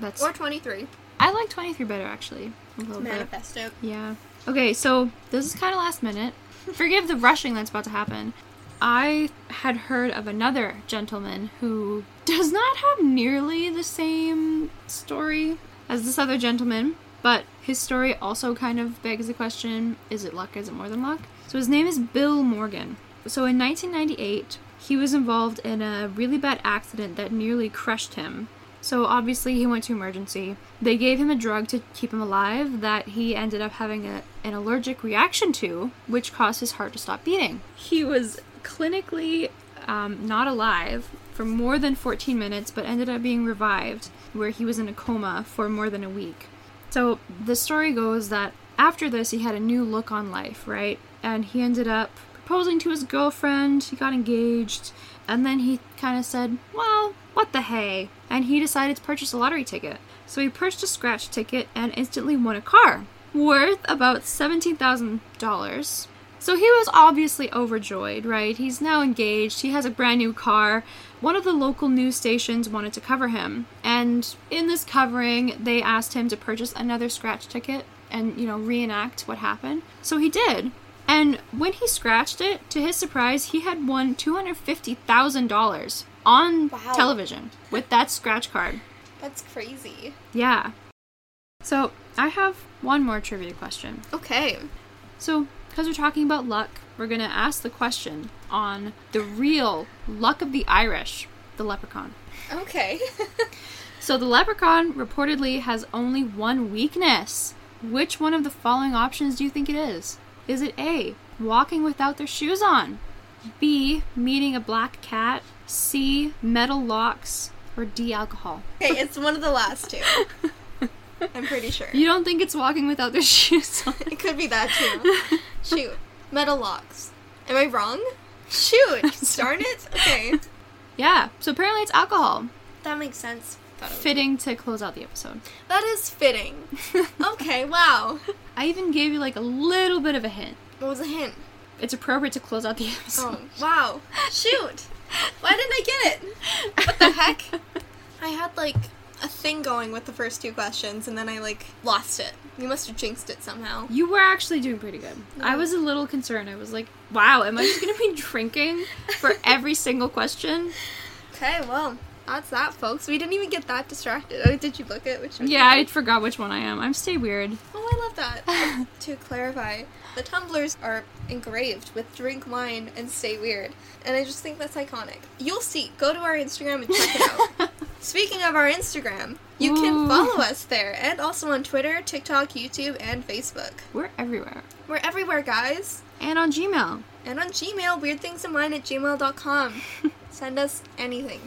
That's.
or 23.
I like 23 better, actually. A little bit.
Manifest it.
Yeah. Okay, so this is kind of last minute. Forgive the rushing that's about to happen. I had heard of another gentleman who does not have nearly the same story as this other gentleman, but his story also kind of begs the question is it luck? Is it more than luck? So his name is Bill Morgan. So in 1998, he was involved in a really bad accident that nearly crushed him. So obviously he went to emergency. They gave him a drug to keep him alive that he ended up having a, an allergic reaction to, which caused his heart to stop beating. He was clinically um, not alive for more than 14 minutes, but ended up being revived, where he was in a coma for more than a week. So the story goes that after this, he had a new look on life, right? And he ended up proposing to his girlfriend, he got engaged, and then he kind of said, Well, what the hey? And he decided to purchase a lottery ticket. So he purchased a scratch ticket and instantly won a car worth about $17,000. So he was obviously overjoyed, right? He's now engaged, he has a brand new car. One of the local news stations wanted to cover him, and in this covering, they asked him to purchase another scratch ticket and, you know, reenact what happened. So he did. And when he scratched it, to his surprise, he had won $250,000 on
Wow.
television with that scratch card.
That's crazy.
Yeah. So, I have one more trivia question.
Okay.
So, because we're talking about luck, we're going to ask the question on the real luck of the Irish, the leprechaun.
Okay.
So, the leprechaun reportedly has only one weakness. Which one of the following options do you think it is? Is it A, walking without their shoes on? B, meeting a black cat? C, metal locks? Or D, alcohol?
okay, it's one of the last two. I'm pretty sure.
You don't think it's walking without their shoes on?
It could be that too. Shoot. Metal locks. Am I wrong? Shoot. Darn it. Okay.
Yeah, so apparently it's alcohol.
That makes sense. Thought it was-
Fitting to close out the episode.
That is fitting. Okay, wow.
I even gave you like a little bit of a hint.
What was a hint?
It's appropriate to close out the episode.
Oh, wow. Shoot. Why didn't I get it? What the heck? I had like a thing going with the first two questions and then I like lost it. You must have jinxed it somehow.
You were actually doing pretty good. I was a little concerned. I was like, wow, am I just gonna be drinking for every single question?
Okay, well, that's that, folks. We didn't even get that distracted. Oh, did you look at which one?
Yeah, I forgot which one I am. I'm stay weird.
Oh, I love that. to clarify, the tumblers are engraved with drink wine and stay weird. And I just think that's iconic. You'll see. Go to our Instagram and check it out. it's Speaking of our Instagram, you
Ooh.
can follow us there and also on Twitter, TikTok, YouTube, and Facebook.
We're everywhere.
We're everywhere, guys.
And on Gmail.
And on Gmail, weirdthingsonline at gmail.com. Send us anything.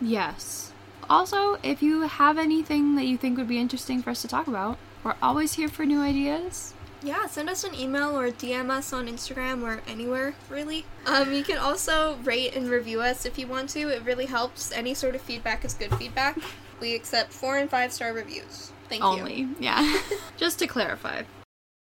Yes. Also, if you have anything that you think would be interesting for us to talk about, we're always here for new ideas.
Yeah, send us an email or DM us on Instagram or anywhere, really. Um, you can also rate and review us if you want to. It really helps. Any sort of feedback is good feedback. We accept four and five star reviews. Thank you.
Only. Yeah. Just to clarify.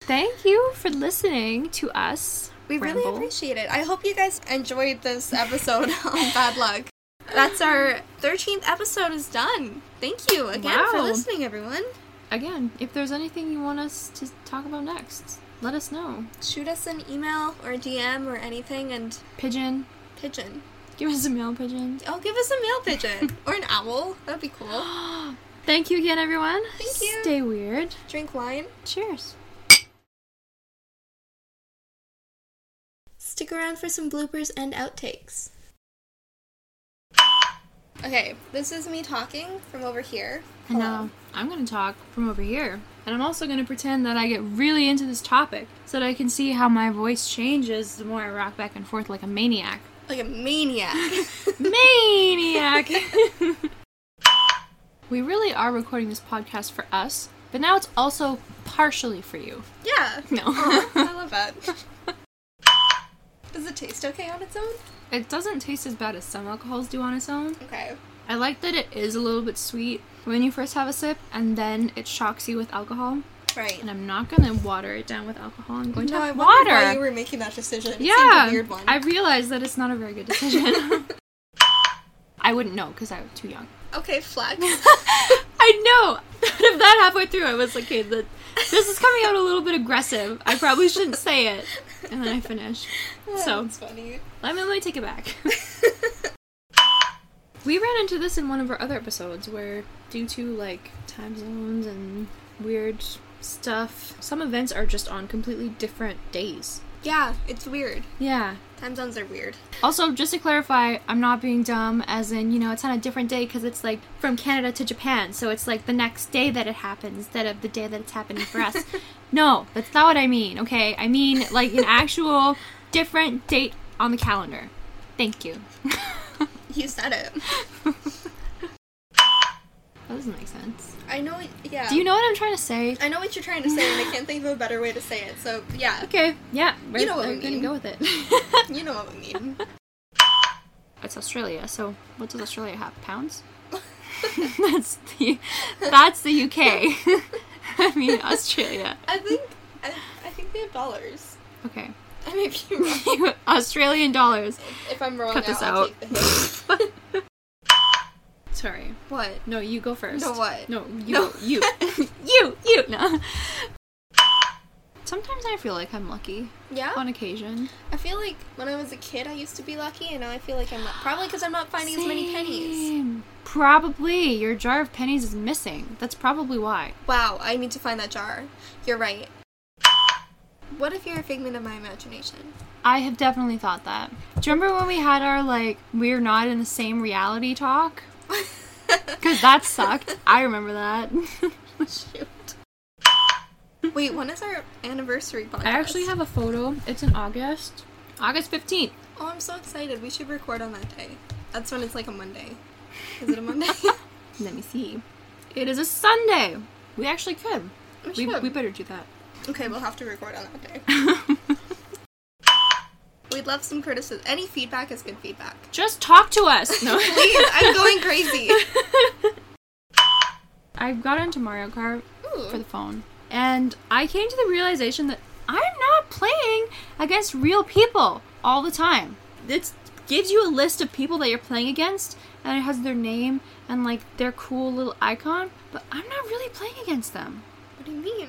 Thank you for listening to us.
We really
ramble.
appreciate it. I hope you guys enjoyed this episode on bad luck. That's our 13th episode is done. Thank you again for
Wow.
listening, everyone.
Again, if there's anything you want us to talk about next, let us know.
Shoot us an email or DM or anything and
Pigeon.
pigeon.
Give us a mail pigeon.
Oh, give us a mail pigeon or an owl. That'd be cool.
Thank you again, everyone.
Thank you.
Stay weird.
Drink wine.
Cheers.
Stick around for some bloopers and outtakes. Okay, this is me talking from over here. Um,
And now I'm going to talk from over here. And I'm also going to pretend that I get really into this topic so that I can see how my voice changes the more I rock back and forth like a maniac.
Like a maniac.
maniac! we really are recording this podcast for us, but now it's also partially for you.
yeah.
No.
Aw, I love that. Does it taste okay on its own?
It doesn't taste as bad as some alcohols do on its own.
Okay.
I like that it is a little bit sweet when you first have a sip and then it shocks you with alcohol.
Right.
And I'm not gonna water it down with alcohol. I'm going
No,
to
I
have
wondered
water.
why you were making that decision. It seemed
yeah,
a weird one.
I realized that it's not a very good decision. I wouldn't know because I was too young.
Okay, flex.
I know. Out of that halfway through, I was like, "Okay, the, this is coming out a little bit aggressive. I probably shouldn't say it." And then I finished. So-
That's funny.
Let me let me take it back. We ran into this in one of our other episodes where, due to like time zones and weird stuff, some events are just on completely different days.
yeah, it's weird.
Yeah.
Time zones are weird.
Also, just to clarify, I'm not being dumb, as in, you know, it's on a different day because it's like from Canada to Japan, so it's like the next day that it happens instead of the day that it's happening for us. no, that's not what I mean, okay? I mean like an actual different date on the calendar. Thank you. that
You said it.
doesn't make sense.
I know. it- Yeah.
Do you know what I'm trying to say?
I know what you're trying to say, and I can't think of a better way to say it. So yeah,
Okay, yeah, we're,
know what I
we're gonna
mean.
go with it.
you know what we mean.
it's Australia, so what does Australia have? Pounds? that's the that's the UK. I mean Australia.
I think I, I think they have dollars.
Okay.
I might be wrong.
Australian dollars.
If I'm wrong,
Cut this
I'll
out.
take the hit.
Sorry.
what?
No, you go first.
No, what?
No, you
No.
you you you no. Sometimes I feel like I'm lucky
Yeah.
on occasion.
I feel like when I was a kid, I used to be lucky, and now I feel like I'm not. Probably because I'm not finding as many pennies.
Same. Probably your jar of pennies is missing. That's probably why.
Wow, I need to find that jar. You're right. What if you're a figment of my imagination?
I have definitely thought that. Do you remember when we had our like we're not in the same reality talk? Cuz that sucked. I remember that.
Shoot. Wait, when is our anniversary podcast?
I actually have a photo. It's in August. August 15th.
Oh, I'm so excited. We should record on that day. That's when it's like a Monday. Is it a Monday?
Let me see. It is a Sunday. We actually could. We,
should.
we better do that.
okay, we'll have to record on that day. We'd love some criticism. Any feedback is good feedback.
Just talk to us. No.
Please, I'm going crazy.
I got into Mario Kart
Ooh.
for the phone, and I came to the realization that I'm not playing against real people all the time. It gives you a list of people that you're playing against, and it has their name and like their cool little icon, but I'm not really playing against them.
What do you mean?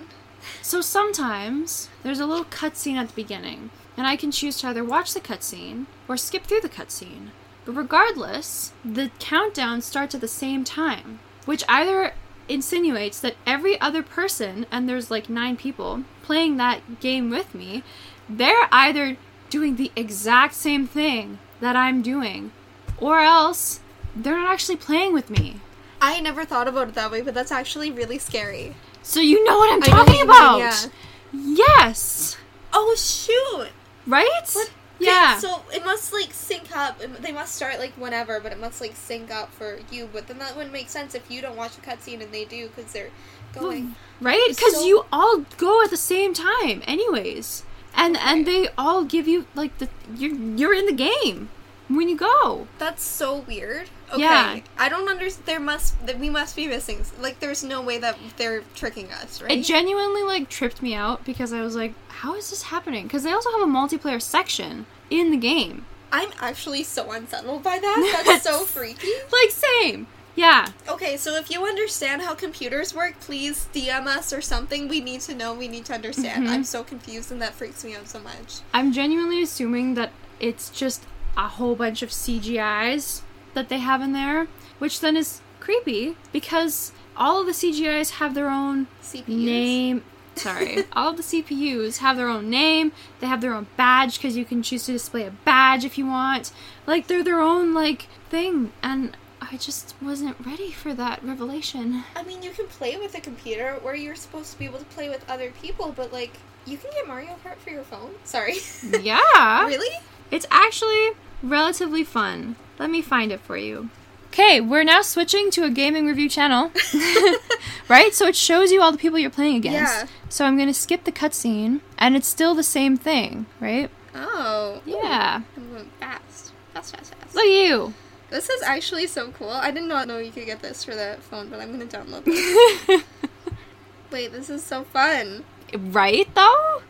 So sometimes there's a little cutscene at the beginning, and I can choose to either watch the cutscene or skip through the cutscene. But regardless, the countdown starts at the same time, which either insinuates that every other person, and there's like nine people playing that game with me, they're either doing the exact same thing that I'm doing, or else they're not actually playing with me.
I never thought about it that way, but that's actually really scary.
So you know what I'm
I know what
talking
you mean,
about.
yeah.
Yes.
Oh shoot!
Right?
What?
Yeah.
So it must like sync up. It- They must start like whenever, but it must like sync up for you. But then that wouldn't make sense if you don't watch a cutscene and they do because they're going.
right? Because
So-
you all go at the same time, anyways, and and they all give you like the you're you're in the game when you go.
That's so weird. Okay.
Yeah.
I don't understand. There must that we must be missing. s- Like there's no way that they're tricking us, right?
It genuinely like tripped me out because I was like, how is this happening? Because they also have a multiplayer section in the game.
I'm actually so unsettled by that. That's so freaky.
Like same. Yeah.
Okay, so if you understand how computers work, please DM us or something. We need to know. We need to understand.
Mhm.
I'm so confused, and that freaks me out so much.
I'm genuinely assuming that it's just a whole bunch of CGIs that they have in there, which then is creepy because all of the CGIs have their own
CPUs.
name. Sorry, all of the CPUs have their own name. They have their own badge because you can choose to display a badge if you want. Like they're their own like thing, and I just wasn't ready for that revelation.
I mean, you can play with a computer where you're supposed to be able to play with other people, but like, you can get Mario Kart for your phone. Sorry.
Yeah.
really?
It's actually relatively fun. Let me find it for you. Okay, we're now switching to a gaming review channel. right? So it shows you all the people you're playing against.
Yeah.
So I'm going to skip the cutscene, and it's still the same thing, right?
Oh.
Yeah.
I'm going fast. Fast, fast, fast.
Look at you.
This is actually so cool. I did not know you could get this for the phone, but I'm gonna download this. Wait, this is so fun.
right, though?